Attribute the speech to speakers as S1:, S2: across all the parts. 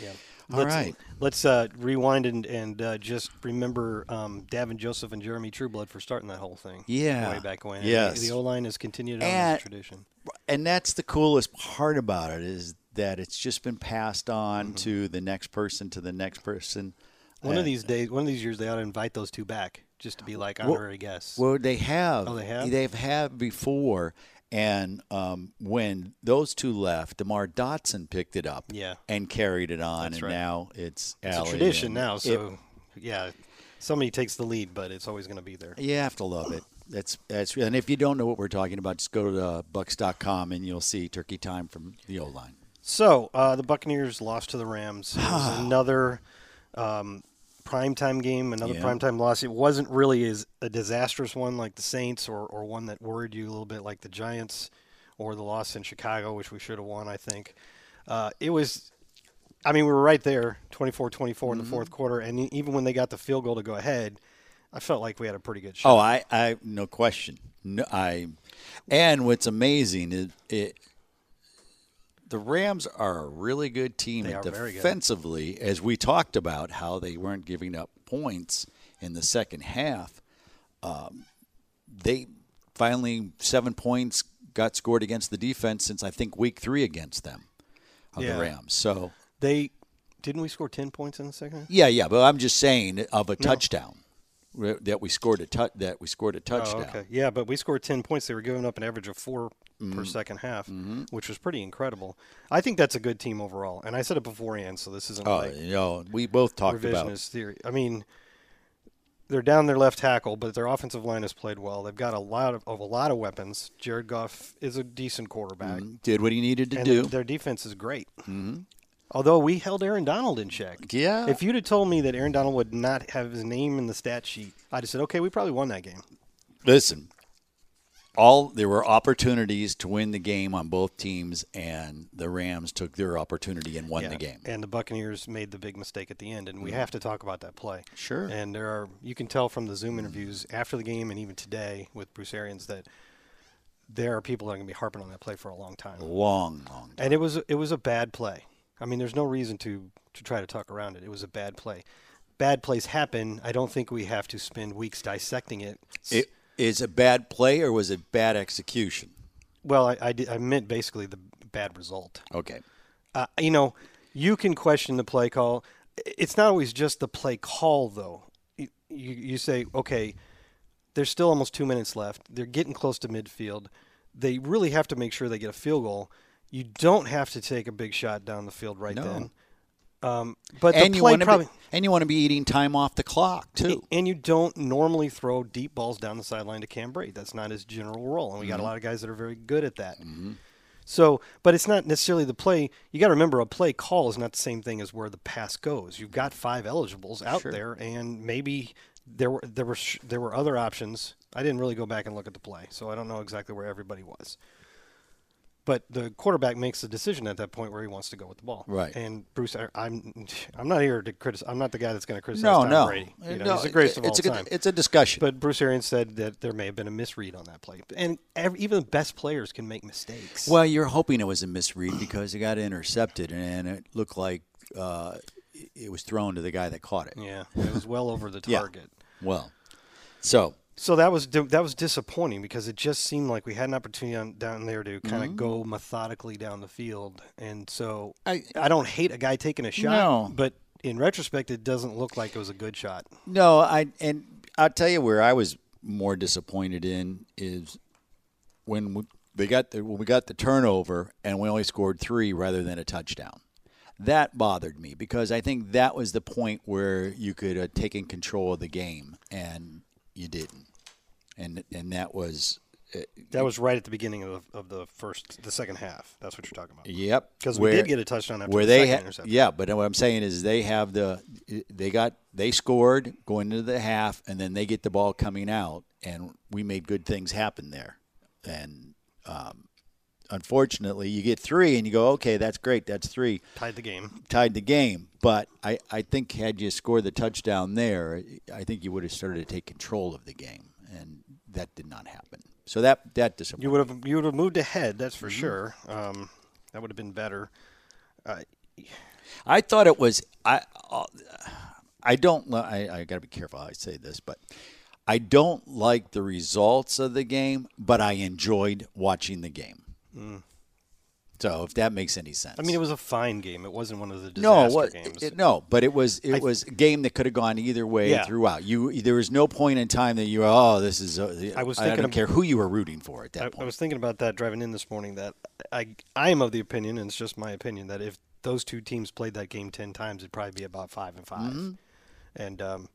S1: Yeah.
S2: All
S1: let's,
S2: right.
S1: Let's uh, rewind and, and uh, just remember um, Davin Joseph and Jeremy Trueblood for starting that whole thing.
S2: Yeah.
S1: Way back when.
S2: Yes.
S1: The, O line has continued on
S2: And-
S1: this tradition.
S2: and that's the coolest part about it is that it's just been passed on to the next person to the next person
S1: One
S2: Uh,
S1: of these days, one of these years, they ought to invite those two back just to be like honorary guests.
S2: well they have
S1: Oh, they have?
S2: they've had before and um, when those two left demar dotson picked it up
S1: Yeah.
S2: and carried it on
S1: That's
S2: and
S1: right.
S2: now it's,
S1: it's a
S2: Allie
S1: tradition
S2: and
S1: now,
S2: it-
S1: so yeah, somebody takes the lead, but it's always going to be there.
S2: you have to love it that's that's and if you don't know what we're talking about just go to uh, bucks.com and you'll see turkey time from the o line
S1: So uh, the Buccaneers lost to the Rams. It was another um, primetime game, another
S2: Yeah.
S1: primetime loss. It wasn't really as a disastrous one like the Saints, or or one that worried you a little bit like the Giants, or the loss in Chicago, which we should have won. I think uh, it was. I mean, we were right there, 24-24 in the
S2: Mm-hmm.
S1: fourth quarter, and e- even when they got the field goal to go ahead, I felt like we had a pretty good shot.
S2: Oh, I, I no question. No, I, and what's amazing is it. The Rams are a really good team
S1: They
S2: and
S1: are very good.
S2: defensively, as we talked about how they weren't giving up points in the second half. Um, they finally seven points got scored against the defense since I think week three against them of
S1: Yeah.
S2: the Rams. So
S1: They didn't we score ten points in the second? half?
S2: yeah, yeah, but I'm just saying of a touchdown that we scored a tou- that we scored a
S1: Oh,
S2: touchdown. Mm-hmm.
S1: okay. Yeah, but we scored 10 points. They were giving up an average of 4 per second half, which was pretty incredible. I think that's a good team overall. And I said it beforehand, so this isn't
S2: Oh,
S1: like
S2: you know, we both talked about
S1: revisionist theory. I mean, they're down their left tackle, but their offensive line has played well. They've got a lot of, of a lot of weapons. Jared Goff is a decent quarterback,
S2: did what he needed to
S1: and
S2: do.
S1: their defense is great. Mm-hmm. Although we held Aaron Donald in check.
S2: Yeah.
S1: If you'd have told me that Aaron Donald would not have his name in the stat sheet, I'd have said, okay, we probably won that game.
S2: Listen, all there were opportunities to win the game on both teams, and the Rams took their opportunity and won the
S1: Yeah,
S2: game. Mm-hmm.
S1: And the Buccaneers made the big mistake at the end, and we have to talk about that play.
S2: Sure.
S1: And there are you can tell from the Zoom interviews after the game and even today with Bruce Arians that there are people that are going to be harping on that play for a long time.
S2: Long, long.
S1: And it was it was a bad play. I mean, there's no reason to to try to talk around it. It was a bad play. bad plays happen, I don't think we have to spend weeks dissecting it.
S2: It is a bad play or was it bad execution?
S1: well, I, I, did- I meant basically the bad result.
S2: Okay.
S1: uh, you know, you can question the play call. It's not always just the play call, though. You, you, you say, okay, there's still almost two minutes left. They're getting close to midfield. They really have to make sure they get a field goal. You don't have to take a big shot down the field right then. Um, but the
S2: And you
S1: play
S2: want to
S1: probably.
S2: be and you want to be eating time off the clock too.
S1: And you don't normally throw deep balls down the sideline to Cam Brady. That's not his general role, and we
S2: Mm-hmm.
S1: got a lot of guys that are very good at that. So, but it's not necessarily the play. You got to remember, a play call is not the same thing as where the pass goes. You've got five eligibles out there, and maybe there were there were sh- there were other options. I didn't really go back and look at the play, so I don't know exactly where everybody was. But the quarterback makes the decision at that point where he wants to go with the ball.
S2: Right.
S1: And Bruce, I, I'm I'm not here to criticize. I'm not the guy that's going to criticize
S2: No,
S1: Tom
S2: no. Uh,
S1: Brady. You know,
S2: no
S1: he's the greatest of
S2: it's
S1: all
S2: a,
S1: time.
S2: good- It's a discussion.
S1: but Bruce Arians said that there may have been a misread on that play, and ev even the best players can make mistakes.
S2: Well, you're hoping it was a misread because it got intercepted and it looked like uh, it was thrown to the guy that caught it.
S1: yeah, it was well over the
S2: Yeah.
S1: target.
S2: Well, so
S1: So that was that was disappointing because it just seemed like we had an opportunity on, down there to kind
S2: Mm-hmm.
S1: of go methodically down the field, and so
S2: I-
S1: I, don't hate a guy taking a shot,
S2: No.
S1: but in retrospect, it doesn't look like it was a good shot.
S2: no, I and I'll tell you where I was more disappointed in is when we, they got the, when we got the turnover and we only scored three rather than a touchdown. That bothered me because I think that was the point where you could have taken control of the game and you didn't, and and that was
S1: That was right at the beginning of the, of the first, the second half. That's what you're talking about.
S2: Yep.
S1: 'Cause we
S2: Where-
S1: did get a touchdown after the second interception.
S2: Yeah, but what I'm saying is they have the they got they scored going into the half and then they get the ball coming out and we made good things happen there. And um, unfortunately, you get 3 and you go, "Okay, that's great. That's 3."
S1: Tied the game.
S2: Tied the game, but I, I think had you scored the touchdown there, I think you would have started to take control of the game, and that did not happen. So that that disappointed.
S1: You would have you would have moved ahead. That's for sure. Um, that would have been better.
S2: I thought it was I. I'll- I don't. li- I, I got to be careful how I say this, but I don't like the results of the game, but I enjoyed watching the game. So if that makes any sense,
S1: Mm. I mean, it was a fine game. It wasn't one of the disaster
S2: no, it was,
S1: games.
S2: it- no, but it was it was a game that could have gone either way
S1: Yeah.
S2: throughout. You there was no point in time that you were, oh this is a, I
S1: I was
S2: I
S1: thinking ab-
S2: don't care who you were rooting for at that
S1: I,
S2: point.
S1: I was thinking about that driving in this morning. That I I am of the opinion, and it's just my opinion, that if those two teams played that game ten times, it'd probably be about five and 5
S2: Mm-hmm.
S1: And um,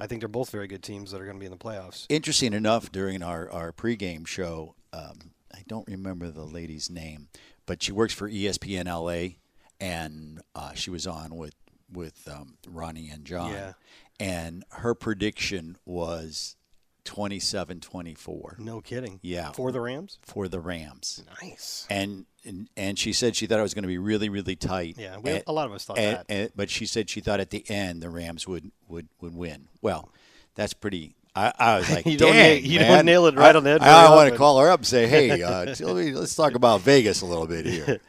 S1: I think they're both very good teams that are going to be in the playoffs.
S2: interesting enough, during our, our pregame show, um, I don't remember the lady's name, but she works for E ESPN LA, and uh, she was on with with um, Ronnie and John,
S1: Yeah.
S2: and her prediction was 27-24
S1: No kidding.
S2: Yeah.
S1: For the Rams.
S2: for the Rams.
S1: Nice.
S2: And, and and she said she thought it was going to be really really tight.
S1: Yeah, we-
S2: And-
S1: a lot of us thought
S2: and-
S1: that.
S2: and- but she said she thought at the end the Rams would would would win. Well, that's pretty. I, I was like,
S1: You don't
S2: "Dang,
S1: na- you
S2: man."
S1: don't nail it right on the head
S2: I,
S1: very
S2: want to
S1: often.
S2: call her up and say, hey, uh, tell me- let's talk about Vegas a little bit here.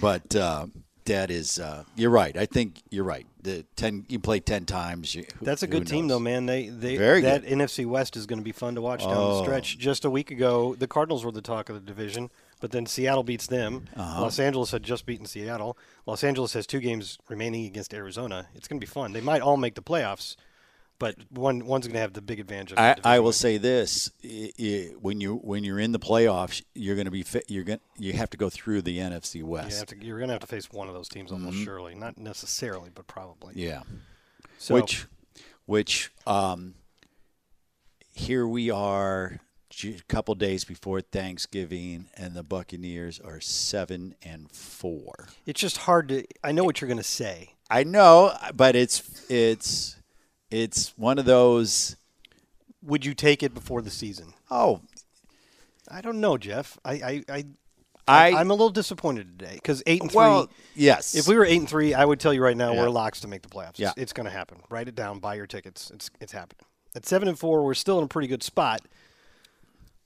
S2: But uh, that is, uh, you're right. I think you're right. The ten, you play ten times. You, who-
S1: That's a
S2: who
S1: good team,
S2: knows?
S1: though, man. They they
S2: Very
S1: that
S2: good. Oh.
S1: NFC West is going to be fun to watch down the stretch. Just a week ago, the Cardinals were the talk of the division, but then Seattle beats them.
S2: Uh-huh.
S1: Los Angeles had just beaten Seattle. Los Angeles has two games remaining against Arizona. It's going to be fun. They might all make the playoffs, but one one's going to have the big advantage. Of the
S2: I,
S1: division.
S2: I will say this: i- i- when you when you're in the playoffs, you're going to be fit, you're going you have to go through the NFC
S1: You have
S2: West.
S1: to, you're going to have to face one of those teams almost surely, not necessarily, but probably.
S2: Mm-hmm. Yeah,
S1: So,
S2: which which um, here we are ju- a couple days before Thanksgiving, and the Buccaneers are seven and four.
S1: it's just hard to. I know what you're going to say.
S2: I know, but it's it's it's one of those.
S1: Would you take it before the season?
S2: Oh,
S1: I don't know, Jeff. I I, I,
S2: I-
S1: I I'm a little disappointed today because eight and three.
S2: well, yes.
S1: if we were eight and three, I would tell you right now
S2: Yeah.
S1: we're locks to make the playoffs.
S2: Yeah.
S1: It's, it's going to happen. Write it down. Buy your tickets. It's it's happening. At seven and four, we're still in a pretty good spot,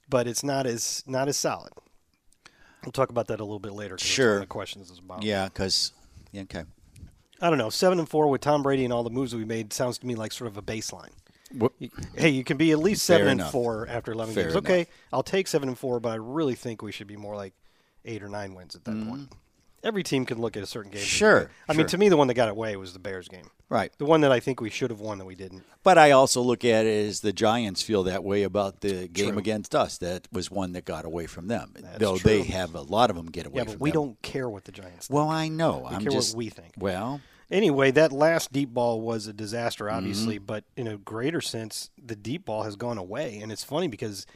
S1: but it's not as not as solid. We'll talk about that a little bit later. 'cause that's one
S2: Sure.
S1: of The questions is about
S2: yeah, because okay.
S1: I don't know. Seven and four with Tom Brady and all the moves we made sounds to me like sort of a baseline.
S2: Wha-
S1: Hey, you can be at least seven and
S2: enough.
S1: four after eleven
S2: Fair
S1: games. Okay, I'll take seven and four, but I really think we should be more like eight or nine wins at that point. Every team can look at a certain game. and say,
S2: Mm. Sure,
S1: I mean, to me, the one that got away was the Bears game.
S2: Right.
S1: The one that I think we should have won that we didn't.
S2: But I also look at it as the Giants feel that way about the game against us. That was one that got away from them, though they
S1: true.
S2: have a lot of them get away
S1: Yeah,
S2: from
S1: but we
S2: them.
S1: don't care what the Giants. think.
S2: Well, I know. I'm
S1: care what
S2: just
S1: we think.
S2: Well,
S1: Anyway, that last deep ball was a disaster,
S2: Mm-hmm.
S1: obviously, but in a greater sense, the deep ball has gone away, and it's funny because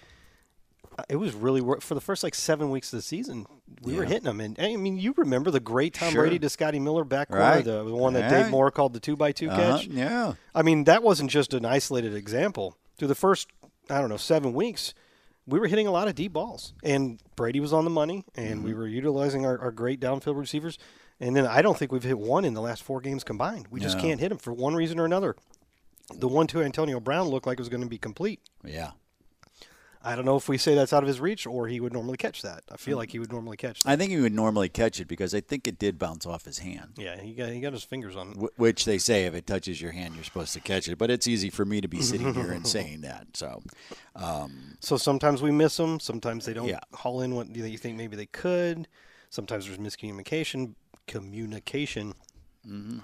S1: uh, it was really wor- for the first like seven weeks of the season, we were hitting them, and I mean, you remember the great Tom
S2: Sure.
S1: Brady to Scotty Miller back corner,
S2: Right.
S1: the, the one that
S2: Right.
S1: Dave Moore called the two by two
S2: uh,
S1: catch.
S2: yeah.
S1: I mean, that wasn't just an isolated example. Through the first, I don't know, seven weeks, we were hitting a lot of deep balls, and Brady was on the money, and we were utilizing our, our great downfield receivers. And then I don't think we've hit one in the last four games combined. We just can't hit them for one reason or another. The one to Antonio Brown looked like it was going to be complete.
S2: Yeah.
S1: I don't know if we say that's out of his reach or he would normally catch that. I feel like he would normally catch that.
S2: I think he would normally catch it because I think it did bounce off his hand.
S1: yeah, he got he got his fingers on it.
S2: wh- which they say if it touches your hand, you're supposed to catch it. But it's easy for me to be sitting here and saying that. So,
S1: So sometimes we miss them. Sometimes they don't
S2: Yeah.
S1: haul in what you think maybe they could. Sometimes there's miscommunication. Communication.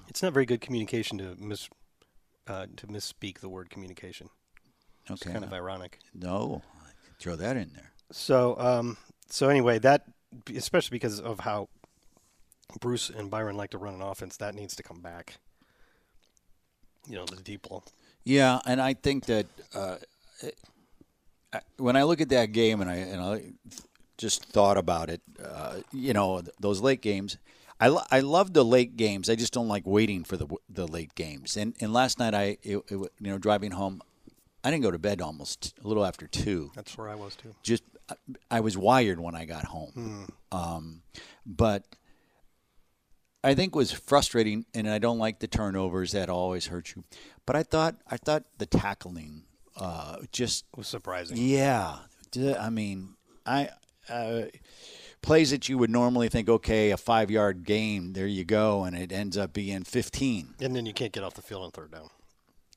S1: It's not very good communication to mis uh, to misspeak the word communication. It's
S2: okay,
S1: kind of ironic.
S2: no, throw that in there.
S1: So um, so anyway, that especially because of how Bruce and Byron like to run an offense, that needs to come back. You know the deep ball.
S2: Yeah, and I think that uh, I- when I look at that game and I and I just thought about it, uh, you know, th- those late games. I, lo- I love the late games. I just don't like waiting for the w- the late games. And and last night I it, it, w- you know driving home, I didn't go to bed almost a little after two.
S1: That's where I was too.
S2: just I was wired when I got home. Um, but I think was frustrating, and I don't like the turnovers that always hurt you. But I thought I thought the tackling uh, just
S1: It was surprising.
S2: yeah. D- I mean, I uh, plays that you would normally think okay, a five yard game, there you go, and it ends up being fifteen.
S1: And then you can't get off the field on third down.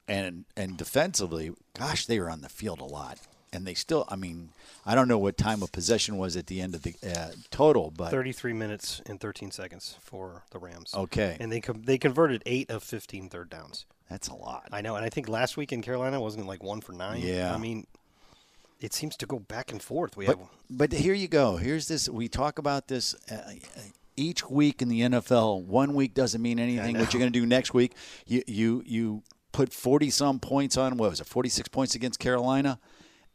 S2: And and defensively, gosh, they were on the field a lot. And they still, I mean, I don't know what time of possession was at the end of the uh, total, but
S1: 33 minutes and 13 seconds for the Rams.
S2: Okay.
S1: And they com- they converted 8 of 15 third downs.
S2: that's a lot.
S1: I know. And I think last week in Carolina wasn't it like 1 for 9.
S2: Yeah.
S1: I mean it seems to go back and forth. We
S2: But
S1: have
S2: but here you go. Here's this. We talk about this uh, each week in the NFL. One week doesn't mean anything. What you're going to do next week? You you you put forty some points on. What was it? Forty six points against Carolina,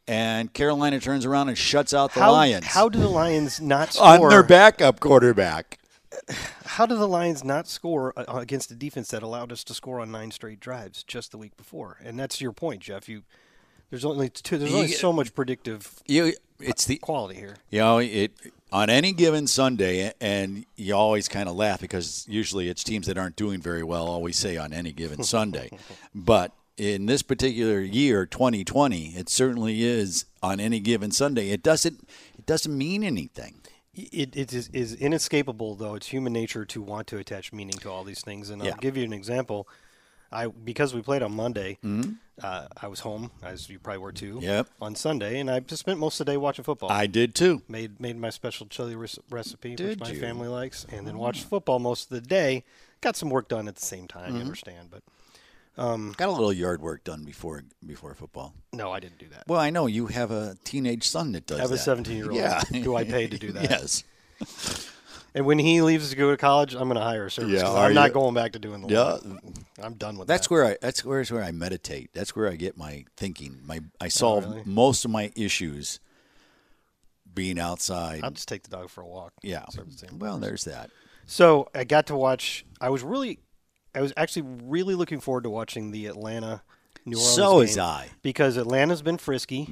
S2: and Carolina turns around and shuts out the
S1: how,
S2: Lions
S1: How do the Lions not score?
S2: on their backup quarterback.
S1: How do the Lions not score uh, against a defense that allowed us to score on nine straight drives just the week before? And that's your point, Jeff. You there's only two, there's only
S2: You-
S1: so much predictive
S2: You, it's the
S1: quality here.
S2: You know, it on any given Sunday, and you always kind of laugh because usually it's teams that aren't doing very well always say on any given Sunday. but in this particular year, 2020, it certainly is on any given Sunday. It doesn't it doesn't mean anything.
S1: It, it is, is inescapable, though. It's human nature to want to attach meaning to all these things. And
S2: Yeah.
S1: I'll give you an example. I because we played on Monday, uh, I was home, as you probably were too.
S2: Mm-hmm. Yep.
S1: On Sunday, and I just spent most of the day watching football.
S2: I did too.
S1: made made my special chili res- recipe, which
S2: Did
S1: my
S2: you? Oh.
S1: family likes, and then watched football most of the day. Got some work done at the same time. I
S2: Mm-hmm.
S1: understand, but
S2: Got a little yard work done before before football.
S1: no, I didn't do that.
S2: Well, I know you have a teenage son that does.
S1: I have a
S2: that.
S1: 17-year-old who I pay to do that.
S2: Yes.
S1: And when he leaves to go to college, I'm going to hire a service.
S2: Yeah,
S1: 'cause
S2: are
S1: I'm not
S2: you-
S1: going back to doing the.
S2: Yeah.
S1: lawn. I'm done with
S2: That's
S1: that.
S2: where I that's where is where I meditate. That's where I get my thinking. My I solve
S1: Oh, really?
S2: most of my issues being outside.
S1: I'll just take the dog for a walk.
S2: yeah.
S1: Serve the same
S2: Well, there's that.
S1: So I got to watch. I was really, I was actually really looking forward to watching the Atlanta. New Orleans
S2: So is
S1: game
S2: I.
S1: because Atlanta's been frisky,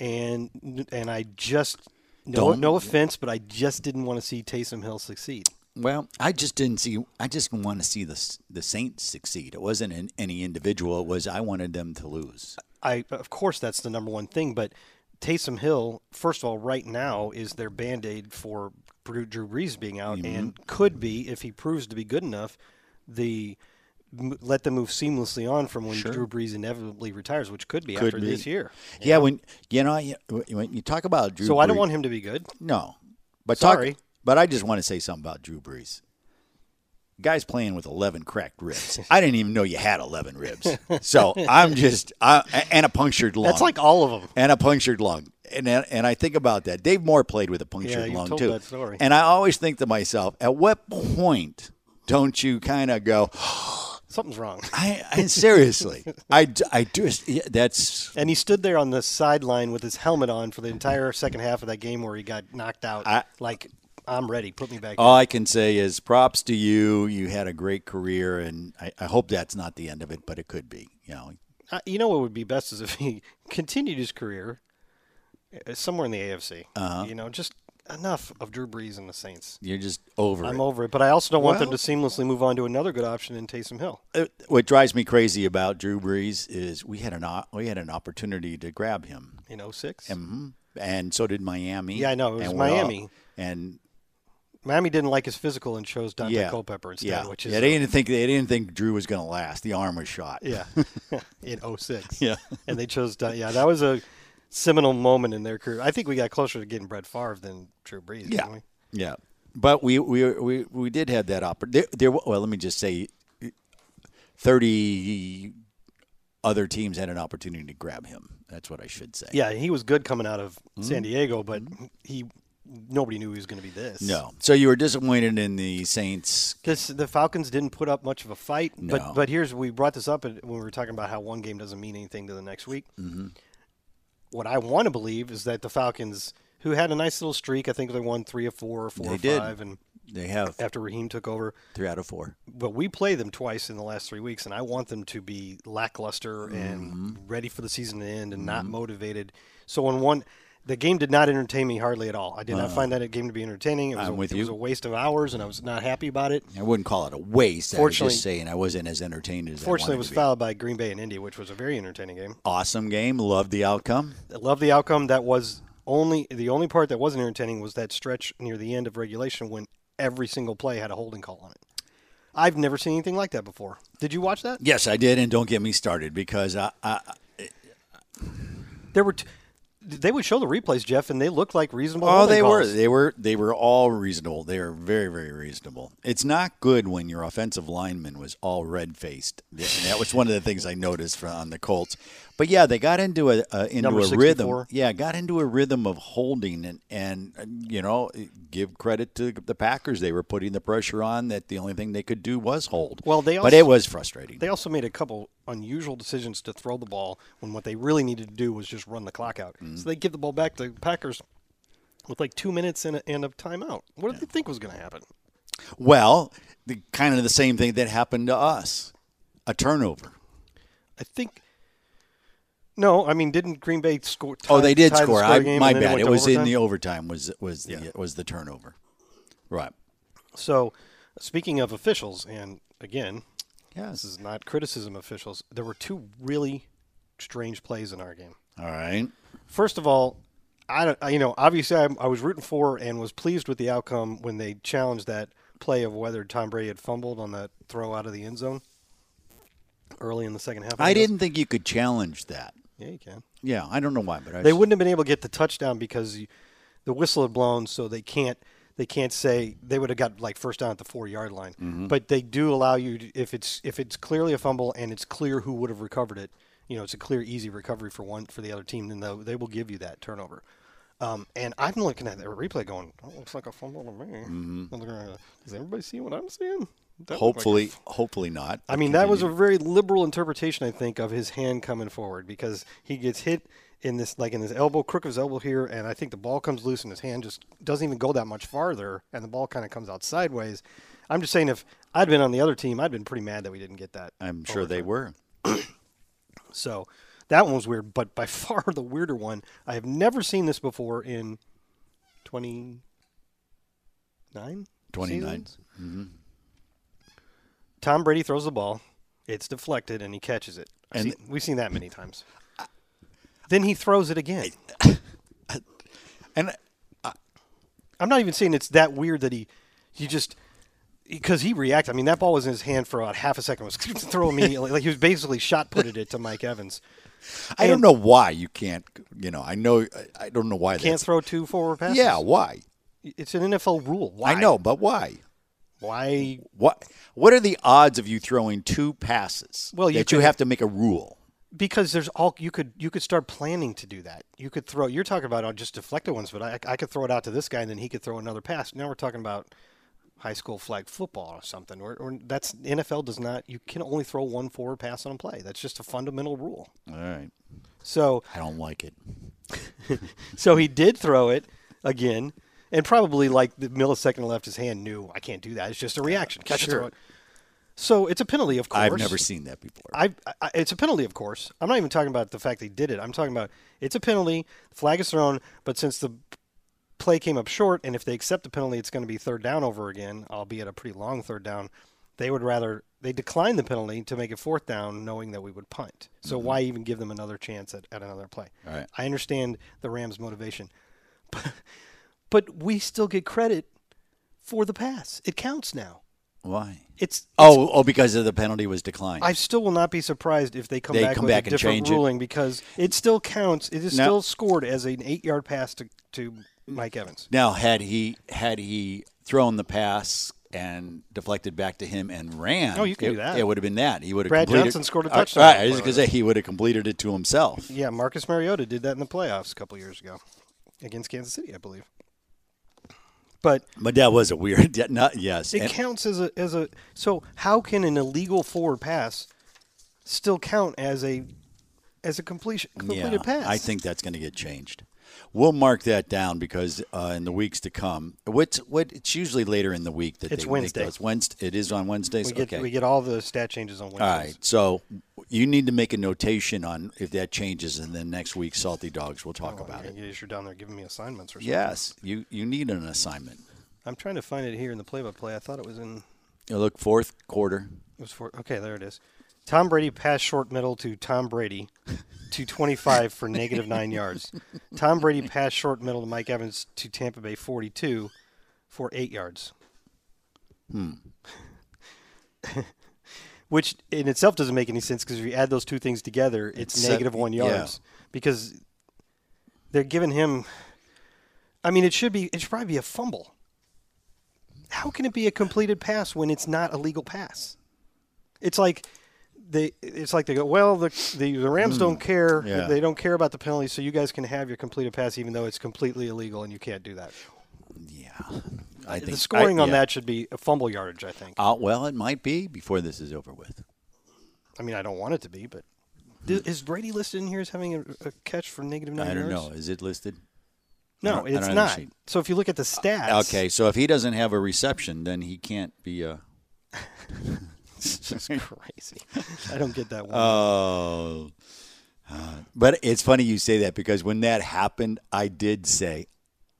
S1: and and I just no
S2: Don't-
S1: no offense, but I just didn't want to see Taysom Hill succeed.
S2: Well, I just didn't see. I just want to see the S- the Saints succeed. It wasn't an, any individual. It was I wanted them to lose.
S1: I of course that's the number one thing, but Taysom Hill, first of all, right now is their
S2: Mm-hmm.
S1: band aid for Drew Drew Brees being out, and could be if he proves to be good enough. the m- let them move seamlessly on from when Drew Brees inevitably retires, which could be
S2: Could
S1: after
S2: be.
S1: this year.
S2: Yeah, when you know you- when you talk about Drew.
S1: So I don't
S2: Brees-
S1: want him to be good.
S2: No, but talk-
S1: Sorry.
S2: but I just want to say something about Drew Brees. Guy's playing with eleven cracked ribs. I didn't even know you had eleven ribs. So I'm just I, and a punctured lung.
S1: That's like all of them.
S2: and a punctured lung. And and I think about that. Dave Moore played with a
S1: Yeah,
S2: punctured
S1: you've
S2: lung
S1: told
S2: too.
S1: that story.
S2: And I always think to myself, at what point don't you kind of go?
S1: Something's wrong.
S2: I, I seriously, I, d- I just yeah, that's
S1: And he stood there on the sideline with his helmet on for the entire second half of that game where he got knocked out.
S2: I-
S1: like, I'm ready. Put me back. in.
S2: all I can say is props to you. You had a great career, and I, I hope that's not the end of it, but it could be. You know,
S1: Uh, you know what would be best is if he continued his career uh, somewhere in the AFC.
S2: Uh-huh.
S1: You know, just enough of Drew Brees and the Saints.
S2: you're just over
S1: I'm
S2: it.
S1: over it, but I also don't want them to
S2: Well-
S1: seamlessly move on to another good option in Taysom Hill.
S2: Uh, What drives me crazy about Drew Brees is we had an o- we had an opportunity to grab him.
S1: in 06.
S2: hmm And so did Miami.
S1: Yeah, I know. It was
S2: and we're all-
S1: Miami.
S2: and
S1: Miami didn't like his physical and chose Dante
S2: yeah,
S1: Culpepper instead,
S2: yeah.
S1: which is
S2: yeah, they didn't think they didn't think Drew was going to last. The arm was shot.
S1: yeah, in 06.
S2: Yeah.
S1: and they chose Dante. Yeah, that was a seminal moment in their career. I think we got closer to getting Brett Favre than Drew Brees.
S2: Yeah,
S1: didn't we?
S2: yeah. But we we we we did have that opportunity. There, there, well, let me just say, thirty other teams had an opportunity to grab him. That's what I should say.
S1: yeah, he was good coming out of
S2: Mm-hmm.
S1: San Diego, but he nobody knew he was going to be this.
S2: No. So you were disappointed in the Saints.
S1: Because the Falcons didn't put up much of a fight.
S2: No.
S1: But but here's we brought this up when we were talking about how one game doesn't mean anything to the next week.
S2: Mm-hmm.
S1: What I want to believe is that the Falcons, who had a nice little streak, I think they won three or four or four
S2: They
S1: or
S2: did.
S1: five, and
S2: They have
S1: after Raheem took over.
S2: three out of four.
S1: But we play them twice in the last three weeks, and I want them to be lackluster
S2: Mm-hmm.
S1: and ready for the season to end and not motivated. So on one. The game did not entertain me hardly at all. I did not find that game to be entertaining. It was,
S2: I'm
S1: a,
S2: with
S1: it was
S2: you.
S1: a waste of hours, and I was not happy about it.
S2: I wouldn't call it a waste. I was
S1: Fortunately-
S2: just saying I wasn't as entertained as
S1: Fortunately, it
S2: I wanted
S1: was
S2: to be.
S1: fouled by Green Bay and Indy, which was a very entertaining game.
S2: Awesome game. Loved the outcome.
S1: I love the outcome. That was only the only part that wasn't entertaining was that stretch near the end of regulation when every single play had a holding call on it. I've never seen anything like that before. Did you watch that?
S2: Yes, I did, and don't get me started because I, I
S1: There were. T- they would show the replays, Jeff, and they looked like reasonable.
S2: oh,
S1: holding
S2: they were
S1: calls.
S2: they were they were all reasonable. They were very very reasonable. It's not good when your offensive lineman was all red faced. That was one of the things I noticed from, on the Colts. But yeah, they got into a uh, into
S1: Number
S2: a rhythm.
S1: 64.
S2: Yeah, got into a rhythm of holding and and uh, you know give credit to the Packers. They were putting the pressure on that the only thing they could do was hold.
S1: Well, they
S2: but
S1: also-
S2: it was frustrating.
S1: They also made a couple unusual decisions to throw the ball when what they really needed to do was just run the clock out. So they give the ball back to the Packers with like two minutes and a, and a timeout. What did they think was going to happen?
S2: well, the, kind of the same thing that happened to us, a turnover.
S1: I think. No, I mean, didn't Green Bay score?
S2: Oh,
S1: tie-
S2: they did
S1: tie the
S2: score.
S1: score
S2: I,
S1: game
S2: my
S1: and then
S2: bad.
S1: went
S2: It
S1: to
S2: was in
S1: overtime?
S2: the overtime. Was was the was the turnover? Right.
S1: So, speaking of officials, and again, this
S2: Yes.
S1: is not criticism of officials. There were two really strange plays in our game.
S2: All right.
S1: First of all, I don't. I- You know, obviously, I, I was rooting for and was pleased with the outcome when they challenged that play of whether Tom Brady had fumbled on that throw out of the end zone early in the second half.
S2: I
S1: guess.
S2: didn't think you could challenge that.
S1: Yeah, you can.
S2: Yeah, I don't know why, but I
S1: they
S2: just-
S1: wouldn't have been able to get the touchdown because you- the whistle had blown, so they can't they can't say they would have got like first down at the four yard line. But they do allow you to, if it's if it's clearly a fumble and it's clear who would have recovered it. You know, it's a clear easy recovery for one for the other team. Then they they will give you that turnover. Um, and I'm looking at the replay, going, "That looks like a fumble to me." I'm looking around, Does everybody see what I'm seeing? That looked like a
S2: hopefully hopefully not.
S1: I mean, that was a very liberal interpretation, I think, of his hand coming forward because he gets hit in this, like in his elbow, crook of his elbow here, and I think the ball comes loose and his hand just doesn't even go that much farther, and the ball kind of comes out sideways. I'm just saying, if I'd been on the other team, I'd been pretty mad that we didn't get that.
S2: I'm sure they were.
S1: So that one was weird, but by far the weirder one. I have never seen this before in 29
S2: Twenty nine.
S1: seasons?
S2: Mm-hmm.
S1: Tom Brady throws the ball, it's deflected, and he catches it. I've
S2: And-
S1: seen- we've seen that many times. Then he throws it again.
S2: And
S1: I'm not even saying it's that weird that he, he just because he reacted. I mean, that ball was in his hand for about half a second. It was throw immediately. like he was basically shot putted it to Mike Evans.
S2: I don't know why you can't. You know, I know I- I don't know why.
S1: Can't
S2: that's-
S1: throw two forward passes.
S2: Yeah, why?
S1: it's an NFL rule. Why?
S2: I know, but why?
S1: Why?
S2: What What are the odds of you throwing two passes?
S1: Well, you
S2: that you
S1: could-
S2: have to make a rule.
S1: Because there's all you could you could start planning to do that. You could throw. You're talking about uh, just deflected ones, but I, I could throw it out to this guy and then he could throw another pass. Now we're talking about high school flag football or something. Or, or that's NFL does not. You can only throw one forward pass on a play. That's just a fundamental rule.
S2: All right,
S1: So
S2: I don't like it.
S1: So he did throw it again, and probably like the millisecond left, his hand knew I can't do that. It's just a reaction. Catch it,
S2: Sure.
S1: throw it. So it's a penalty, of course.
S2: I've never seen that before.
S1: I, I it's a penalty, of course. I'm not even talking about the fact they did it. I'm talking about it's a penalty. The flag is thrown, but since the play came up short, and if they accept the penalty, it's going to be third down over again, albeit a pretty long third down. They would rather they decline the penalty to make it fourth down, knowing that we would punt. So why even give them another chance at, at another play?
S2: Right.
S1: I understand the Rams' motivation, but, but we still get credit for the pass. It counts now.
S2: why?
S1: It's
S2: Oh, oh, because of the penalty was declined.
S1: I still will not be surprised if they come
S2: They
S1: back
S2: come
S1: with
S2: back
S1: a
S2: and
S1: different
S2: change it.
S1: ruling because it still counts. It is
S2: Now-
S1: still scored as an eight-yard pass to, to Mike Evans.
S2: now, had he had he thrown the pass and deflected back to him and ran,
S1: Oh, you can
S2: it,
S1: do that.
S2: It would have been that. He would have
S1: Brad
S2: completed,
S1: Johnson scored a
S2: All right,
S1: touchdown
S2: all right, I was
S1: for
S2: going to say he would have completed it to himself.
S1: Yeah, Marcus Mariota did that in the playoffs a couple years ago against Kansas City, I believe. But
S2: But that was a weird. yeah, Not yes.
S1: it
S2: and-
S1: counts as a as a so how can an illegal forward pass still count as a as a completion completed pass?
S2: I think that's going to get changed. We'll mark that down because uh, in the weeks to come, what's what? It's usually later in the week that
S1: It's
S2: they
S1: Wednesday.
S2: Make those. Wednesday. It is on Wednesdays.
S1: we get
S2: okay.
S1: we get all the stat changes on Wednesday.
S2: All right. So you need to make a notation on if that changes, and then next week, Salty Dogs, we'll
S1: Oh,
S2: talk about it.
S1: You're down there giving me assignments or something.
S2: Yes, you you need an assignment.
S1: I'm trying to find it here in the play-by-play. I thought it was in.
S2: You look fourth quarter.
S1: It was for okay. There it is. Tom Brady passed short middle to Tom Brady to 25 for negative nine yards. Tom Brady passed short middle to Mike Evans to Tampa Bay 42 for eight yards. Hmm.
S2: Hmm.
S1: Which in itself doesn't make any sense because if you add those two things together, it's,
S2: It's set-
S1: negative one
S2: yeah.
S1: yards because they're giving him. I mean, it should be. It should probably be a fumble. How can it be a completed pass when it's not a legal pass? It's like they. It's like they go. Well, the the, the Rams don't care.
S2: Hmm. yeah.
S1: They don't care about the penalty, so you guys can have your completed pass, even though it's completely illegal and you can't do that.
S2: Yeah, I think
S1: The scoring
S2: I-
S1: on
S2: yeah.
S1: that should be a fumble yardage. I think.
S2: Uh, well, it might be before this is over with.
S1: I mean, I don't want it to be, but Th- is Brady listed in here as having a, a catch for negative nine
S2: I don't
S1: yards?
S2: know. Is it listed? I
S1: No,
S2: don't- I
S1: it's
S2: don't
S1: not.
S2: understand.
S1: So if you look at the stats,
S2: Okay, so if he doesn't have a reception, then he can't be uh, a.
S1: it's just crazy. I don't get that one.
S2: Uh, Oh. But it's funny you say that because when that happened, I did say,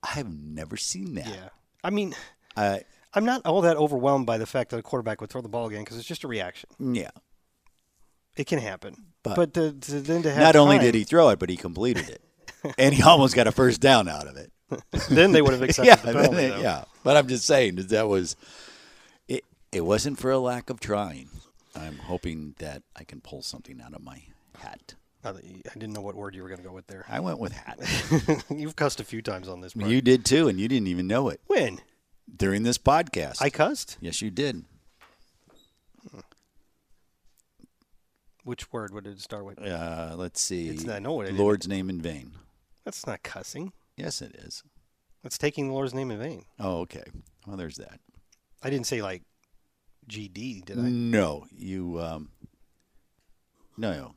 S2: I've never seen that.
S1: yeah, I mean,
S2: I-
S1: I'm not all that overwhelmed by the fact that a quarterback would throw the ball again because it's just a reaction.
S2: yeah.
S1: It can happen. But,
S2: But-
S1: to, to, then to have
S2: Not only did
S1: time,
S2: he throw it, but he completed it. and he almost got a first down out of it.
S1: then they would have accepted
S2: yeah,
S1: the penalty.
S2: then it-
S1: though.
S2: yeah. But I'm just saying that that was it. It wasn't for a lack of trying. I'm hoping that I can pull something out of my hat.
S1: Not that you- I didn't know what word you were going to go with there.
S2: I went with hat.
S1: You've cussed a few times on this. Part.
S2: you did too, and you didn't even know it
S1: when
S2: during this podcast.
S1: I cussed,
S2: yes, you did.
S1: which word would it start with?
S2: Uh, let's see.
S1: It's not- I know what I did.
S2: Lord's name in vain.
S1: That's not cussing.
S2: Yes, it is.
S1: That's taking the Lord's name in vain.
S2: Oh, okay. Well, there's that.
S1: I didn't say like GD, did I?
S2: Mm. No, you. Um, no,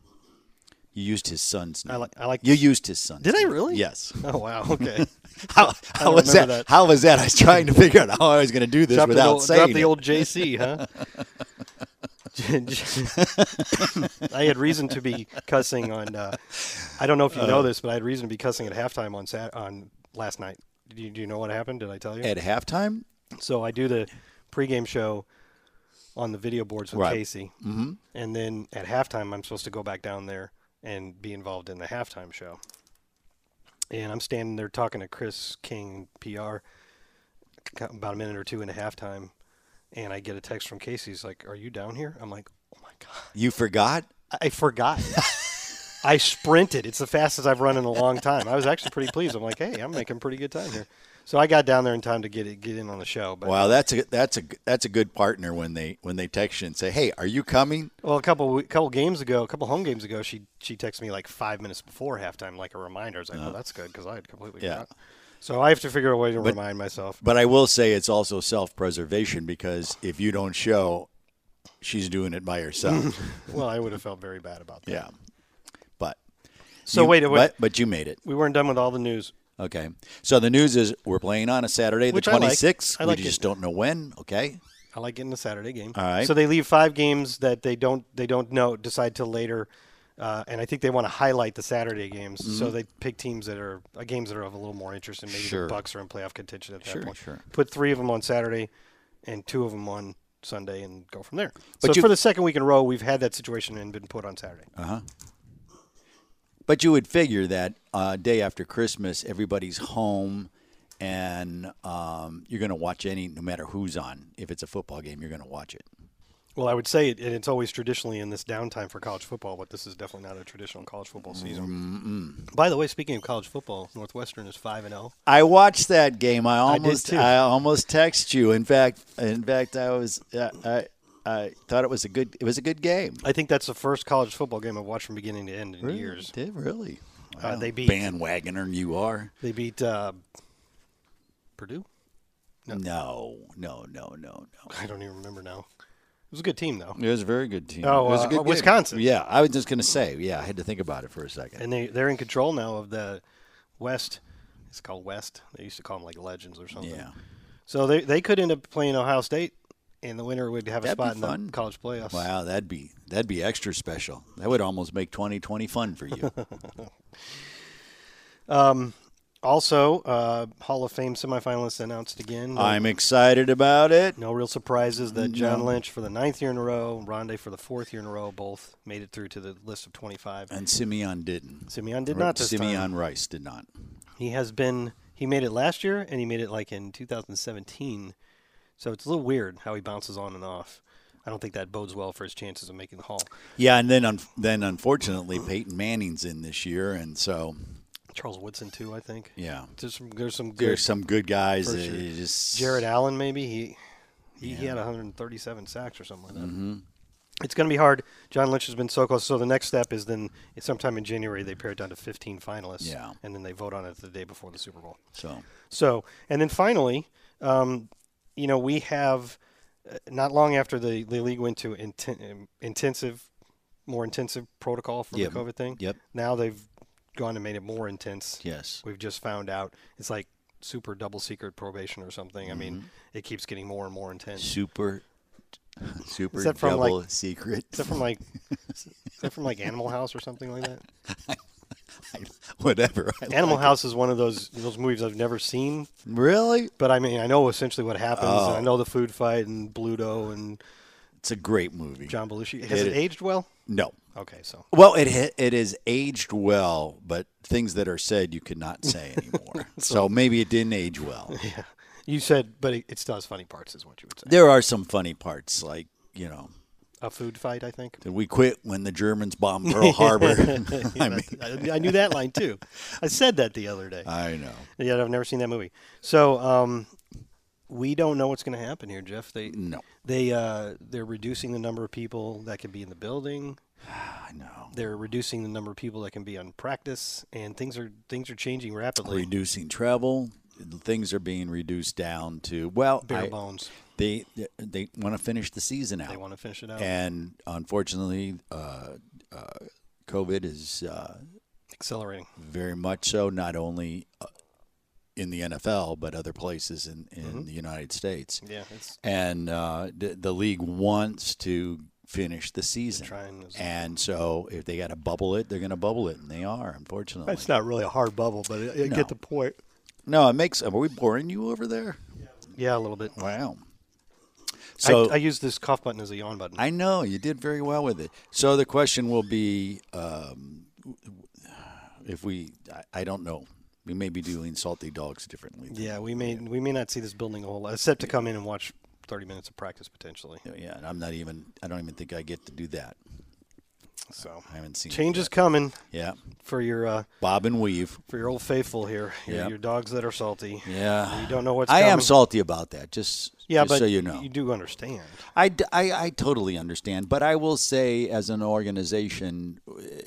S2: you used his son's name.
S1: I like. I like.
S2: you used his son's.
S1: Did I
S2: name.
S1: really?
S2: Yes.
S1: Oh wow. Okay.
S2: How, how
S1: don't
S2: was that?
S1: remember that.
S2: How was that? I was trying to figure out how I was going to do this
S1: drop the,
S2: without
S1: old,
S2: saying
S1: drop the
S2: it.
S1: old JC, huh? I had reason to be cussing on. Uh, I don't know if you know this, but I had reason to be cussing at halftime on Sat on last night. Do you, do you know what happened? Did I tell you?
S2: at halftime.
S1: So I do the pregame show on the video boards with
S2: Right.
S1: Casey, mm-hmm. and then at halftime I'm supposed to go back down there and be involved in the halftime show. And I'm standing there talking to Chris King PR about a minute or two into halftime, And I get a text from Casey. He's like, "Are you down here?" I'm like, "Oh my god,
S2: You forgot?
S1: I forgot." I sprinted. It's the fastest I've run in a long time. I was actually pretty pleased. I'm like, "Hey, I'm making pretty good time here." So I got down there in time to get it, get in on the show. But
S2: Wow, that's a that's a that's a good partner when they when they text you and say, "Hey, are you coming?"
S1: Well, a couple we- couple games ago, a couple home games ago, she she texted me like five minutes before halftime, like a reminder. I was like, "Well, that's good because I had completely
S2: Uh-huh. Yeah.
S1: forgot." So I have to figure out a way to remind myself.
S2: But I will say it's also self-preservation because if you don't show, she's doing it by herself.
S1: Well, I would have felt very bad about that.
S2: yeah. But
S1: So
S2: you-
S1: wait, wait,
S2: But, but you made it.
S1: we weren't done with all the news.
S2: Okay. So the news is we're playing on a Saturday,
S1: Which
S2: the
S1: I like.
S2: 26th.
S1: I like
S2: we
S1: it.
S2: just don't know when. Okay.
S1: I like getting the Saturday game.
S2: All right.
S1: So they leave five games that they don't they don't know decide till later, uh, and I think they want to highlight the Saturday games. So they pick teams that are uh, games that are of a little more interest, and maybe
S2: Mm-hmm. Sure.
S1: the Bucks are in playoff contention at that
S2: Sure,
S1: point.
S2: sure.
S1: Put three of them on Saturday, and two of them on Sunday, and go from there.
S2: But
S1: so
S2: you- Uh-huh.
S1: for the second week in a row, we've had that situation and been put on Saturday.
S2: But you would figure that uh, day after Christmas, everybody's home, and um, you're going to watch any, no matter who's on. If it's a football game, you're going to watch it.
S1: Well, I would say it, and it's always traditionally in this downtime for college football, but this is definitely not a traditional college football season. By the way, speaking of college football, Northwestern is five and oh. zero.
S2: I watched that game. I
S1: did
S2: almost,
S1: too.
S2: I, almost text you. In fact, in fact, I was, uh, I, I thought it was a good, it was a good game.
S1: I think that's the first college football game I've watched from beginning to end in years.
S2: Did really?
S1: Uh, they beat
S2: Bandwagoner, you are.
S1: they beat uh, Purdue.
S2: No, no, no, no, no.
S1: I don't even remember now. It was a good team though,
S2: It was a very good team.
S1: Oh,
S2: it was
S1: uh,
S2: a good game.
S1: Wisconsin.
S2: Yeah, I was just going to say. Yeah, I had to think about it for a second.
S1: and they they're in control now of the West. It's called West. They used to call them like Legends or something.
S2: Yeah.
S1: So they they could end up playing Ohio State, and the winner would have a
S2: That'd be
S1: spot in
S2: fun.
S1: the college playoffs.
S2: Wow, that'd be that'd be extra special. That would almost make 2020 fun for you.
S1: Also, uh, Hall of Fame semifinalists announced again. No,
S2: I'm excited about it.
S1: no real surprises that John Lynch for the ninth year in a row, Rondé for the fourth year in a row, both made it through to the list of 25.
S2: And Simeon didn't.
S1: Simeon did not this
S2: Simeon
S1: time.
S2: Rice did not.
S1: He has been. He made it last year, and he made it like in 2017. So it's a little weird how he bounces on and off. I don't think that bodes well for his chances of making the Hall.
S2: Yeah, and then un- then unfortunately Peyton Manning's in this year, and so
S1: Charles Woodson too, I think.
S2: yeah,
S1: There's some. There's some good.
S2: there's some good guys. That
S1: sure.
S2: you just
S1: Jared Allen, maybe he. He, he had 137 sacks or something like that.
S2: Mm-hmm.
S1: It's going to be hard. John Lynch has been so close. So the next step is then sometime in January they pare it down to 15 finalists.
S2: Yeah.
S1: And then they vote on it the day before the Super Bowl.
S2: So
S1: So, and then finally, um, you know, we have uh, not long after the, the league went to inten- um, intensive, more intensive protocol for
S2: Yep.
S1: the COVID thing.
S2: Yep.
S1: Now they've gone and made it more intense.
S2: yes,
S1: We've just found out it's like super double secret probation or something. I
S2: Mm-hmm.
S1: mean, it keeps getting more and more intense.
S2: super super
S1: Is that from, like-
S2: double secret.
S1: Is that from like, is that from like Animal House or something like that?
S2: Whatever. I
S1: Animal
S2: like it.
S1: House is one of those those movies I've never seen,
S2: Really,
S1: but I mean, I know essentially what happens.
S2: Oh.
S1: And I know the food fight and Bluto and
S2: it's a great movie.
S1: John Belushi. Has
S2: It
S1: it,
S2: is.
S1: aged well?
S2: No,
S1: Okay, so
S2: Well, it ha- it is aged well, but things that are said you could not say anymore. so maybe it didn't age well.
S1: you said, but it, it still has funny parts, is what you would say.
S2: There are some funny parts, like you know,
S1: A food fight, I think.
S2: did we quit when the Germans bombed Pearl Harbor? I mean,
S1: I, I knew that line too. I said that the other day.
S2: I know.
S1: Yet I've never seen that movie. So um, we don't know what's going to happen here, Jeff. They
S2: No,
S1: they uh, they're reducing the number of people that can be in the building.
S2: I know.
S1: They're reducing the number of people that can be on practice, and things are things are changing rapidly.
S2: Reducing travel, things are being reduced down to well,
S1: Bare
S2: I-
S1: bones.
S2: they they want to finish the season out.
S1: They want to finish it out.
S2: and unfortunately, uh, uh, COVID is. Uh,
S1: Accelerating.
S2: very much so, not only uh, in the NFL but other places in, in
S1: Mm-hmm.
S2: the United States.
S1: Yeah, it's
S2: And uh, the, the league wants to finish the season,
S1: trying as-
S2: and so if they got to bubble it, they're going to bubble it, and they are unfortunately.
S1: it's not really a hard bubble, but I
S2: No.
S1: get the point.
S2: no, it makes. Are we boring you over there?
S1: Yeah, a little bit.
S2: Wow. So
S1: I, I use this cough button as a yawn button.
S2: I know you did very well with it. So the question will be, um, if we, I, I don't know, we may be doing salty dogs differently.
S1: yeah, we may we may not see this building a whole lot, except to come in and watch 30 minutes of practice potentially.
S2: Yeah, and I'm not even. I don't even think I get to do that.
S1: So
S2: I haven't seen it
S1: changes coming
S2: Yeah,
S1: for your uh,
S2: bob and weave.
S1: for your old faithful here. Your,
S2: Yeah.
S1: your dogs that are salty.
S2: Yeah,
S1: You don't know what's
S2: I am
S1: coming.
S2: salty about that. Just
S1: Yeah,
S2: just
S1: but
S2: so you know,
S1: you do understand.
S2: I, d- I- I totally understand, but I will say, as an organization, eh,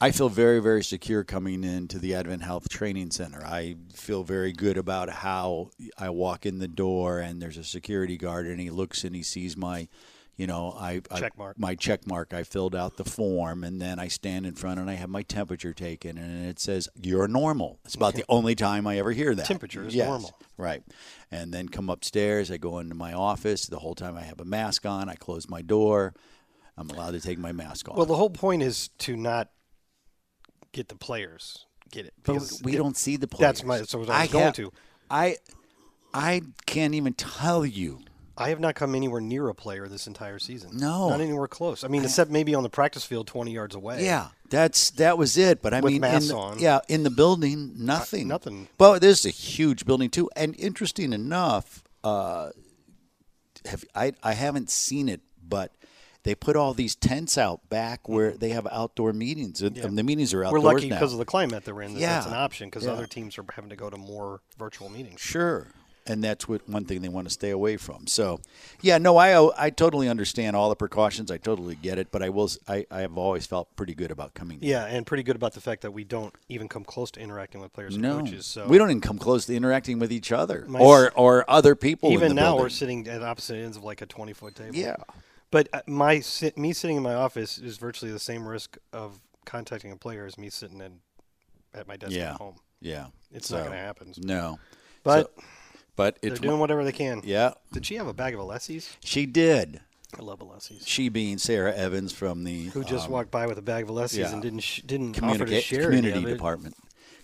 S2: I feel very, very secure coming into the Advent Health Training Center. I feel very good about how I walk in the door, and there's a security guard, and he looks and he sees my, you know, I, I
S1: Check mark.
S2: my check mark. I filled out the form, and then I stand in front and I have my temperature taken, and it says you're normal. It's about the only time I ever hear that.
S1: Temperature is
S2: Yes.
S1: normal.
S2: Right. And then come upstairs. I go into my office. The whole time I have a mask on. I close my door. I'm allowed to take my mask off.
S1: Well, the whole point is to not get the players get it.
S2: but
S1: because
S2: we
S1: it-
S2: don't see the players.
S1: that's my- that's what I was going
S2: have-
S1: to.
S2: I, I can't even tell you.
S1: I have not come anywhere near a player this entire season.
S2: No.
S1: not anywhere close. I mean, except maybe on the practice field, twenty yards away.
S2: Yeah, that's that was it. But I
S1: With
S2: mean,
S1: masks
S2: in the,
S1: on.
S2: yeah, in the building, nothing,
S1: nothing.
S2: But this is a huge building too, and interesting enough, uh, have I I haven't seen it, but they put all these tents out back where they have outdoor meetings. and The meetings are
S1: Mm-hmm. we're
S2: outdoors
S1: lucky
S2: now.
S1: because of the climate that we're in. That that's
S2: Yeah.
S1: an option because
S2: Yeah.
S1: other teams are having to go to more virtual meetings.
S2: Sure. And that's what one thing they want to stay away from. So, yeah, no, I I totally understand all the precautions. I totally get it, but I will s- I I have always felt pretty good about coming. here.
S1: Yeah, and pretty good about the fact that we don't even come close to interacting with players and
S2: No,
S1: coaches. So
S2: we don't even come close to interacting with each other
S1: My-
S2: or or other people. in
S1: even
S2: the
S1: now we're
S2: building.
S1: sitting at opposite ends of like a 20 foot table
S2: Yeah.
S1: but uh, my sit, me sitting in my office is virtually the same risk of contacting a player as me sitting in, at my desk
S2: yeah,
S1: at home
S2: yeah.
S1: It's not gonna happen.
S2: No,
S1: but
S2: but
S1: they're
S2: it's
S1: doing whatever they can
S2: yeah.
S1: did she have a bag of alessis
S2: She did.
S1: i love alessis
S2: She being Sarah Evans from the
S1: who just walked by with a bag of alessis
S2: Um, yeah.
S1: and didn't sh- didn't offer to
S2: communica-
S1: share any
S2: community
S1: of it.
S2: department.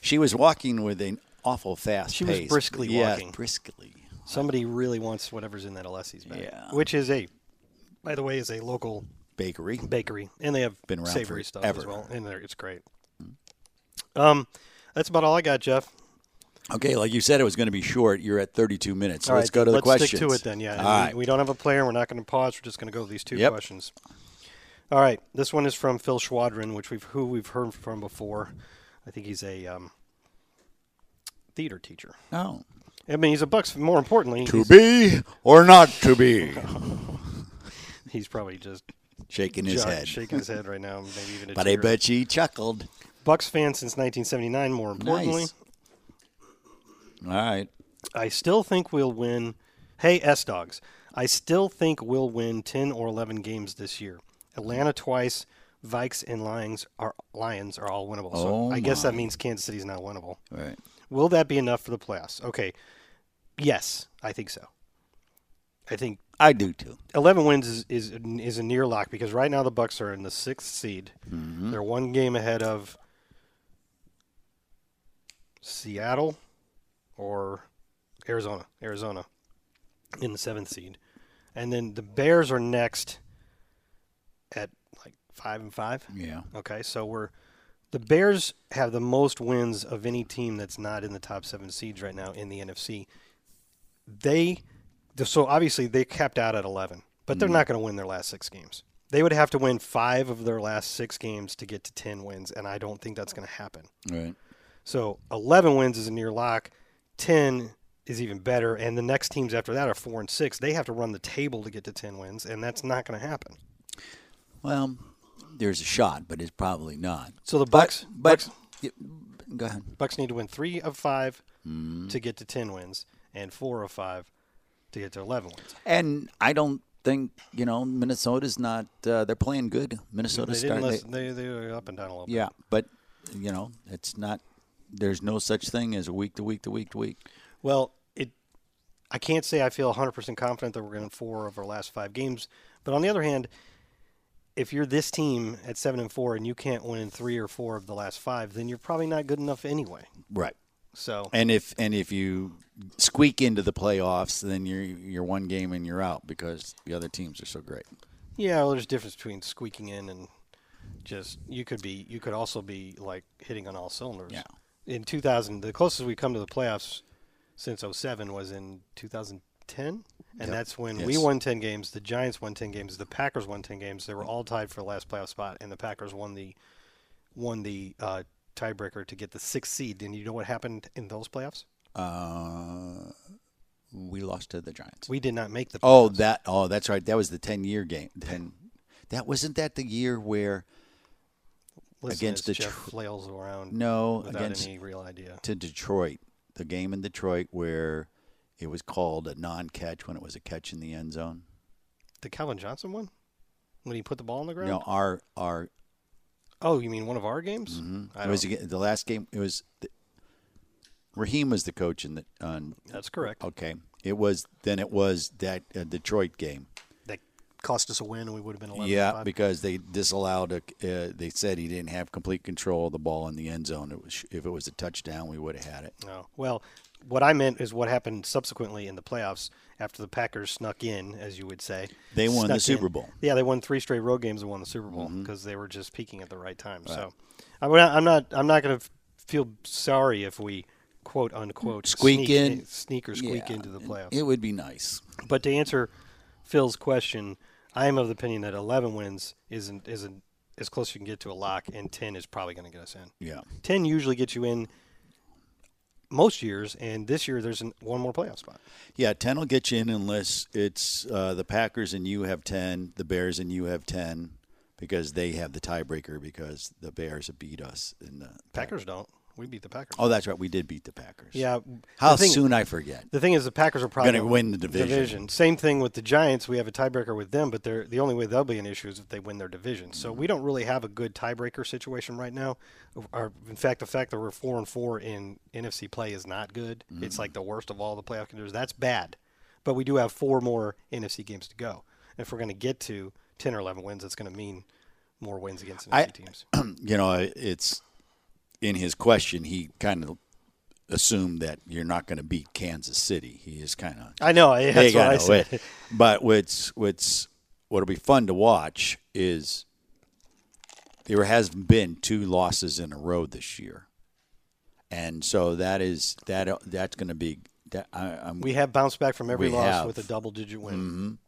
S2: She was walking with an awful fast
S1: She was
S2: pace.
S1: briskly
S2: yeah,
S1: walking.
S2: briskly.
S1: somebody really wants whatever's in that alessis bag
S2: Yeah.
S1: which is a by the way is a local
S2: Bakery.
S1: bakery, and they have
S2: Been around
S1: savory stuff as
S2: forever.
S1: well, and they're- it's great. Um, that's about all I got, Jeff.
S2: Okay, like you said, it was going to be short. You're at 32 minutes. So
S1: All
S2: let's
S1: right,
S2: go to the
S1: let's
S2: questions.
S1: Stick to it then. Yeah,
S2: All
S1: we,
S2: right.
S1: we don't have a player. We're not going to pause. We're just going to go to these two
S2: Yep.
S1: questions. All right, this one is from Phil Schwadron, which we've who we've heard from before. I think he's a um, theater teacher.
S2: No.
S1: I mean, he's a Bucks. More importantly,
S2: To
S1: he's,
S2: be or not to be.
S1: he's probably just
S2: Shaking his
S1: jo-
S2: head.
S1: shaking his head right now. Maybe even. A
S2: But I
S1: tear.
S2: bet she chuckled.
S1: Bucks fan since 1979. More importantly,
S2: Nice. All right.
S1: I still think we'll win. Hey, S Dogs. I still think we'll win 10 or 11 games this year. Atlanta twice. Vikes and Lions are Lions are all winnable. So
S2: Oh,
S1: I guess that
S2: my.
S1: means Kansas City's not winnable.
S2: All right.
S1: Will that be enough for the playoffs? Okay. Yes, I think so. I think
S2: I do too.
S1: 11 wins is, is is a near lock because right now the Bucks are in the sixth seed. They're one game ahead of Seattle or Arizona. Arizona in the seventh seed, and then the Bears are next at like five and five.
S2: Yeah.
S1: Okay, so we're the Bears have the most wins of any team that's not in the top seven seeds right now in the NFC. They, the- so obviously they capped out at eleven, but
S2: Mm.
S1: they're not going to win their last six games. They would have to win five of their last six games to get to ten wins, and I don't think that's going to happen.
S2: All right.
S1: So eleven wins is a near lock. Ten is even better, and the next teams after that are four and six. They have to run the table to get to ten wins, and that's not going to happen.
S2: Well, there's a shot, but it's probably not.
S1: So the Bucks,
S2: But, but
S1: Bucks,
S2: Yeah, go ahead.
S1: Bucks need to win three of five to get to ten wins, and four of five to get to eleven wins.
S2: And I don't think you know Minnesota's not. Uh, they're playing good. Minnesota's
S1: they didn't
S2: starting.
S1: listen, they, they were up and down a little
S2: Yeah, but you know, it's not. There's no such thing as week to week to week to week.
S1: bit. Well, it. I can't say I feel 100% confident that we're going to win four of our last five games, but on the other hand, if you're this team at seven and four and you can't win three or four of the last five, then you're probably not good enough anyway.
S2: Right.
S1: So
S2: And if and if you squeak into the playoffs, then you're you're one game and you're out because the other teams are so great.
S1: yeah, well, there's a difference between squeaking in and just you could be you could also be like hitting on all cylinders.
S2: Yeah.
S1: oh In 2000, the closest we come to the playoffs since 07 was in 2000 10, and
S2: Yep.
S1: that's when
S2: Yes.
S1: we won 10 games, the Giants won 10 games, the Packers won 10 games. They were all tied for the last playoff spot, and the Packers won the won the uh, tiebreaker to get the sixth seed. And you know what happened in those playoffs?
S2: Uh, we lost to the Giants.
S1: We did not make the.
S2: oh, that. Oh, that's right. That was the ten-year game. Ten. That wasn't that the year where
S1: Listen
S2: against
S1: as
S2: the
S1: Jeff
S2: Tr-
S1: flails around.
S2: no
S1: without
S2: against
S1: any real idea.
S2: to Detroit, the game in Detroit where it was called a non-catch when it was a catch in the end zone.
S1: The Calvin Johnson one, when he put the ball on the ground.
S2: No, our our
S1: Oh, you mean one of our games? I
S2: Mm-hmm. it was
S1: don't-
S2: aga- the last game. It was the, Raheem was the coach in the on.
S1: That's correct.
S2: Okay, it was then. It was that uh, Detroit game.
S1: That cost us a win, and we would have been 11
S2: yeah,
S1: five.
S2: because they disallowed. A, uh, they said he didn't have complete control of the ball in the end zone. It was if it was a touchdown, we would have had it.
S1: No. Oh, Well, what I meant is what happened subsequently in the playoffs after the Packers snuck in, as you would say.
S2: They won the
S1: Snuck in.
S2: Super Bowl. Mm-hmm.
S1: Yeah, they won three straight road games and won the Super Bowl because they were just peaking at the right time. So, I'm not. I'm not. I'm not going to feel sorry if we quote unquote
S2: Squeak
S1: sneak
S2: in.
S1: sneak or squeak
S2: Yeah,
S1: into the playoffs.
S2: It would be nice.
S1: But to answer Phil's question, I am of the opinion that 11 wins isn't isn't as close as you can get to a lock, and 10 is probably going to get us in.
S2: Yeah.
S1: 10 usually gets you in most years, and this year there's an, one more playoff spot.
S2: Yeah, ten will get you in unless it's uh, the Packers and you have ten, the Bears and you have ten, because they have the tiebreaker because the Bears have beat us in the.
S1: Packers don't. We beat the Packers.
S2: Oh, that's right, we did beat the Packers.
S1: yeah.
S2: How
S1: the thing,
S2: soon I forget.
S1: The thing is, the Packers are probably
S2: Gonna
S1: gonna
S2: win the division.
S1: Same thing with the Giants. We have a tiebreaker with them, but they're the only way they'll be an issue is if they win their division. So
S2: Mm-hmm.
S1: we don't really have a good tiebreaker situation right now. Our, in fact, the fact that we're four and four in NFC play is not good.
S2: Mm-hmm.
S1: It's like the worst of all the playoff contenders. That's bad. But we do have four more NFC games to go. If we're going to get to ten or eleven wins, that's going to mean more wins against NFC
S2: I-
S1: teams.
S2: you know, it's in his question. He kind of assumed that you're not going to beat Kansas City. He is kind of
S1: I know. I- That's
S2: they
S1: what I
S2: gotta
S1: said.
S2: win. But what's what's what'll be fun to watch is there has been two losses in a row this year, and so that is that that's going to be that I, I'm
S1: We have bounced back from every
S2: We
S1: loss
S2: have. Mm-hmm.
S1: with a double-digit win.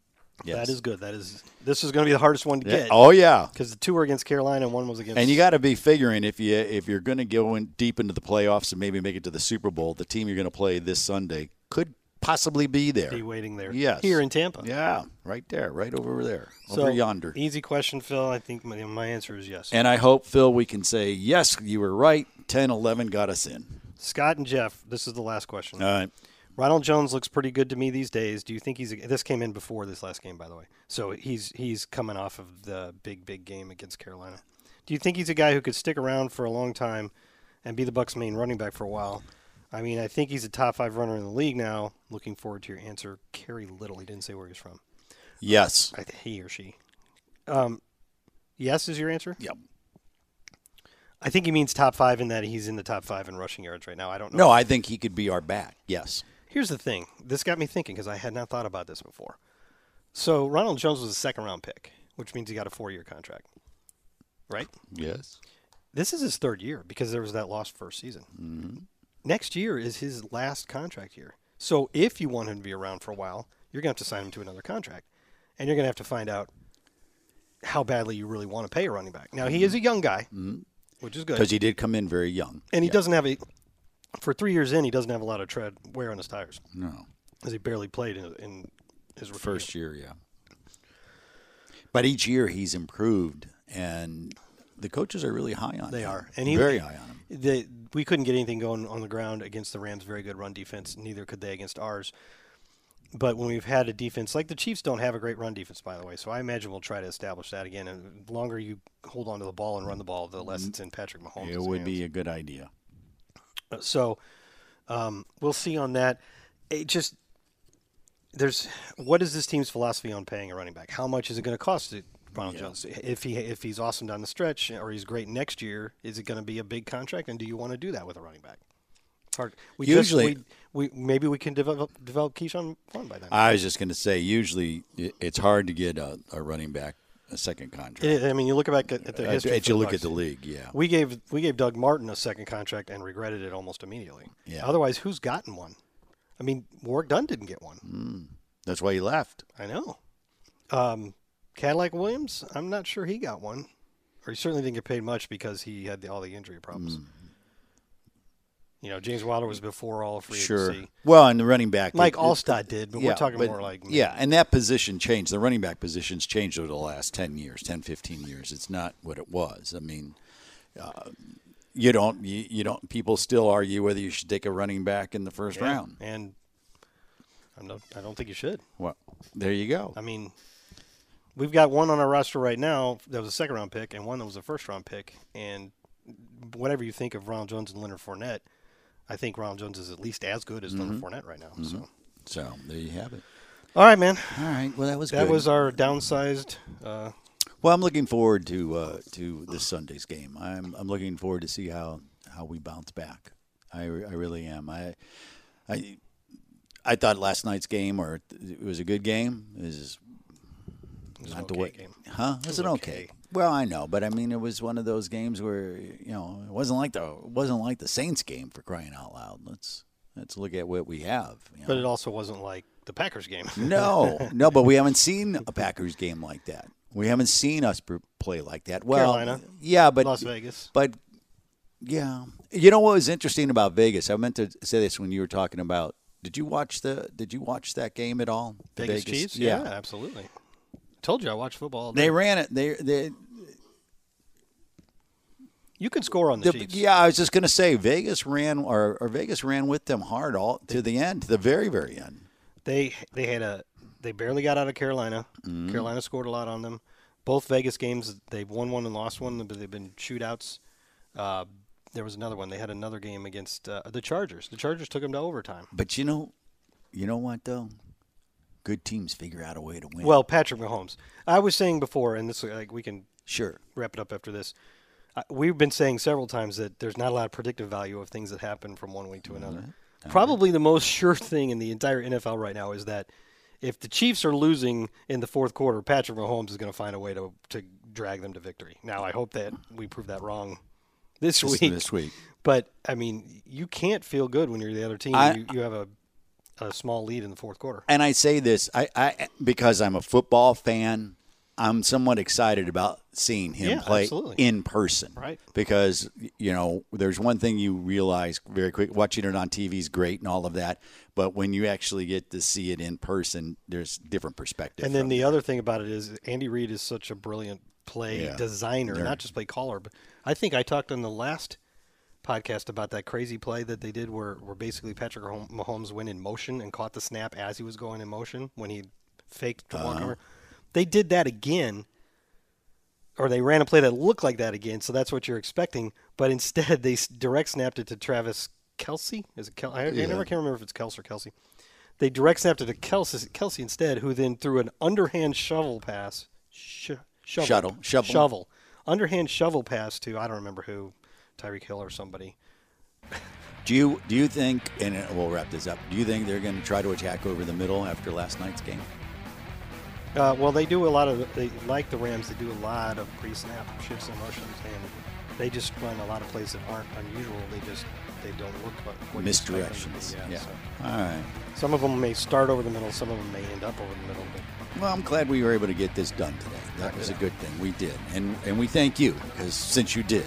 S2: yes.
S1: That is good. That is. This is going to be the hardest one to get.
S2: oh yeah.
S1: because the two were against Carolina, and one was against.
S2: And you got to be figuring if you if you're going to go in deep into the playoffs and maybe make it to the Super Bowl, the team you're going to play this Sunday could possibly be there.
S1: be waiting there.
S2: Yes.
S1: here in Tampa.
S2: Yeah, right there, right over there,
S1: So,
S2: over yonder.
S1: Easy question, Phil. I think my, my answer is yes.
S2: And I hope Phil, we can say yes, you were right. 10, 11 got us in.
S1: Scott and Jeff, this is the last question.
S2: All right.
S1: Ronald Jones looks pretty good to me these days. Do you think he's? This came in before this last game, by the way. So he's he's coming off of the big big game against Carolina. Do you think he's a guy who could stick around for a long time and be the Bucks' main running back for a while? I mean, I think he's a top five runner in the league now. Looking forward to your answer, Kerry Little. He didn't say where he's from.
S2: Yes.
S1: I th- he or she. Um, yes is your answer.
S2: Yep.
S1: I think he means top five in that he's in the top five in rushing yards right now. I don't know.
S2: No, I think he could be our back. Yes.
S1: Here's the thing. This got me thinking because I had not thought about this before. So Ronald Jones was a second round pick, which means he got a four year contract, right?
S2: Yes.
S1: This is his third year because there was that lost first season. Next year is his last contract year. So if you want him to be around for a while, you're going to have to sign him to another contract, and you're going to have to find out how badly you really want to pay a running back. Now he is a young guy, which is good
S2: Because he did come in very young.
S1: and he doesn't have a for three years in he doesn't have a lot of tread wear on his tires
S2: No.
S1: because he barely played in, in his rookie
S2: First year, yeah. But each year he's improved, and the coaches are really high on
S1: They
S2: him.
S1: are. And he-
S2: very high on him.
S1: year. The, we couldn't get anything going on the ground against the Rams' very good run defense. Neither could they against ours. But when we've had a defense like the Chiefs, don't have a great run defense, by the way. So I imagine we'll try to establish that again. And the longer you hold on to the ball and run the ball, the less it's in Patrick Mahomes.
S2: Mm-hmm. It would be a good idea.
S1: So um, we'll see on that. It just there's what is this team's philosophy on paying a running back? How much is it going to cost it, Ronald Jones? If he if he's awesome down the stretch or he's great next year, is it going to be a big contract? And do you want to do that with a running back? It's hard. We
S2: Usually-
S1: just, we, we maybe we can develop develop Keyshawn Vaughn by then.
S2: I was just going to say, usually i- it's hard to get a, a running back a second contract.
S1: I I mean, you look back at, at the
S2: Uh,
S1: history.
S2: if
S1: for
S2: you look at
S1: Bucks.
S2: the league, yeah.
S1: we gave we gave Doug Martin a second contract and regretted it almost immediately.
S2: Yeah.
S1: Otherwise, who's gotten one? I mean, Warwick Dunn didn't get one.
S2: That's why he left.
S1: I know. Um, Cadillac Williams, I'm not sure he got one, or he certainly didn't get paid much because he had the, all the injury problems.
S2: Hmm.
S1: You know, James Wilder was before all of free
S2: Sure.
S1: agency.
S2: Well, and the running back.
S1: Mike
S2: it- it-
S1: Allstott did, but we're talking
S2: but-
S1: more like
S2: yeah, and that position changed. The running back position's changed over the last 10 years, 10, 15 years. It's not what it was. I mean, uh, you don't, you, you don't, people still argue whether you should take a running back in the first
S1: Yeah,
S2: round.
S1: and I'm not, I don't think you should.
S2: Well, there you go.
S1: I mean, we've got one on our roster right now that was a second round pick, and one that was a first round pick. And whatever you think of Ronald Jones and Leonard Fournette, I think Ronald Jones is at least as good as Leonard
S2: Mm-hmm.
S1: Fournette right now. So,
S2: So there you have it.
S1: all right, man,
S2: All right. Well, that was
S1: that
S2: good.
S1: was our downsized. Uh,
S2: well, I'm looking forward to uh, to this Sunday's game. I'm I'm looking forward to see how how we bounce back. I, re- I really am. I I I thought last night's game or it was a good game. It was
S1: it was an
S2: not the
S1: okay
S2: way,
S1: game.
S2: huh? Was it okay?
S1: okay.
S2: Well, I know, but I mean, it was one of those games where you know it wasn't like the it wasn't like the Saints game for crying out loud. Let's let's look at what we have. you
S1: But
S2: know.
S1: it also wasn't like the Packers game.
S2: No, no, but we haven't seen a Packers game like that. We haven't seen us pr- play like that. Well,
S1: Carolina.
S2: yeah, but
S1: Las Vegas.
S2: but yeah, you know what was interesting about Vegas? I meant to say this when you were talking about. Did you watch the? Did you watch that game at all? The
S1: Vegas, Chiefs? Yeah. absolutely. Told you I watch football. All day.
S2: they ran it. They they.
S1: you can score on the,
S2: the-
S1: Chiefs.
S2: yeah, I was just gonna say Vegas ran or, or Vegas ran with them hard all to the end, to the very very end.
S1: They they had a they barely got out of Carolina.
S2: Mm-hmm.
S1: Carolina scored a lot on them. Both Vegas games they've won one and lost one, but they've been shootouts. Uh, there was another one. They had another game against uh, the Chargers. The Chargers took them to overtime.
S2: But you know, you know what though? Good teams figure out a way to win.
S1: Well, Patrick Mahomes. I was saying before, and this like we can
S2: sure.
S1: wrap it up after this. Uh, we've been saying several times that there's not a lot of predictive value of things that happen from one week to another. Probably the most sure thing in the entire NFL right now is that if the Chiefs are losing in the fourth quarter, Patrick Mahomes is going to find a way to, to drag them to victory. Now, I hope that we prove that wrong this
S2: This-
S1: week.
S2: this week.
S1: But, I mean, you can't feel good when you're the other team.
S2: I-
S1: and you, you have a, a small lead in the fourth quarter.
S2: and I say this I, I because I'm a football fan. I'm somewhat excited about seeing him
S1: Yeah,
S2: play
S1: absolutely.
S2: in person,
S1: Right.
S2: Because you know, there's one thing you realize very quick. Watching it on TV is great and all of that, but when you actually get to see it in person, there's different perspective.
S1: And then
S2: from
S1: the
S2: it.
S1: other thing about it is Andy Reid is such a brilliant play
S2: Yeah.
S1: designer, not just play caller. But I think I talked on the last podcast about that crazy play that they did where, where basically Patrick Mahom- Mahomes went in motion and caught the snap as he was going in motion when he faked to
S2: Uh-huh.
S1: walk over. They did that again, or they ran a play that looked like that again. So that's what you're expecting. But instead, they s- direct snapped it to Travis Kelsey. Is it Kel- I, I never can remember if it's Kelsey or Kelsey. They direct snapped it to Kelsey, Kelsey instead, who then threw an underhand shovel pass. Sh- shovel,
S2: Shuttle, shovel.
S1: Shovel. Underhand shovel pass to, I don't remember who, Tyreek Hill or somebody.
S2: do you do you think? And uh, we'll wrap this up. Do you think they're going to try to attack over the middle after last night's game?
S1: Uh, well, they do a lot of, they like the Rams, they do a lot of pre snap shifts and motions, and they just run a lot of plays that aren't unusual. They just, they don't look like what you expect them to be.
S2: Misdirections.
S1: Yeah. so
S2: All right.
S1: Some of them may start over the middle, some of them may end up over the middle. But
S2: Well, I'm glad we were able to get this done today. That was a good thing. We did. And, and we thank you because since you did,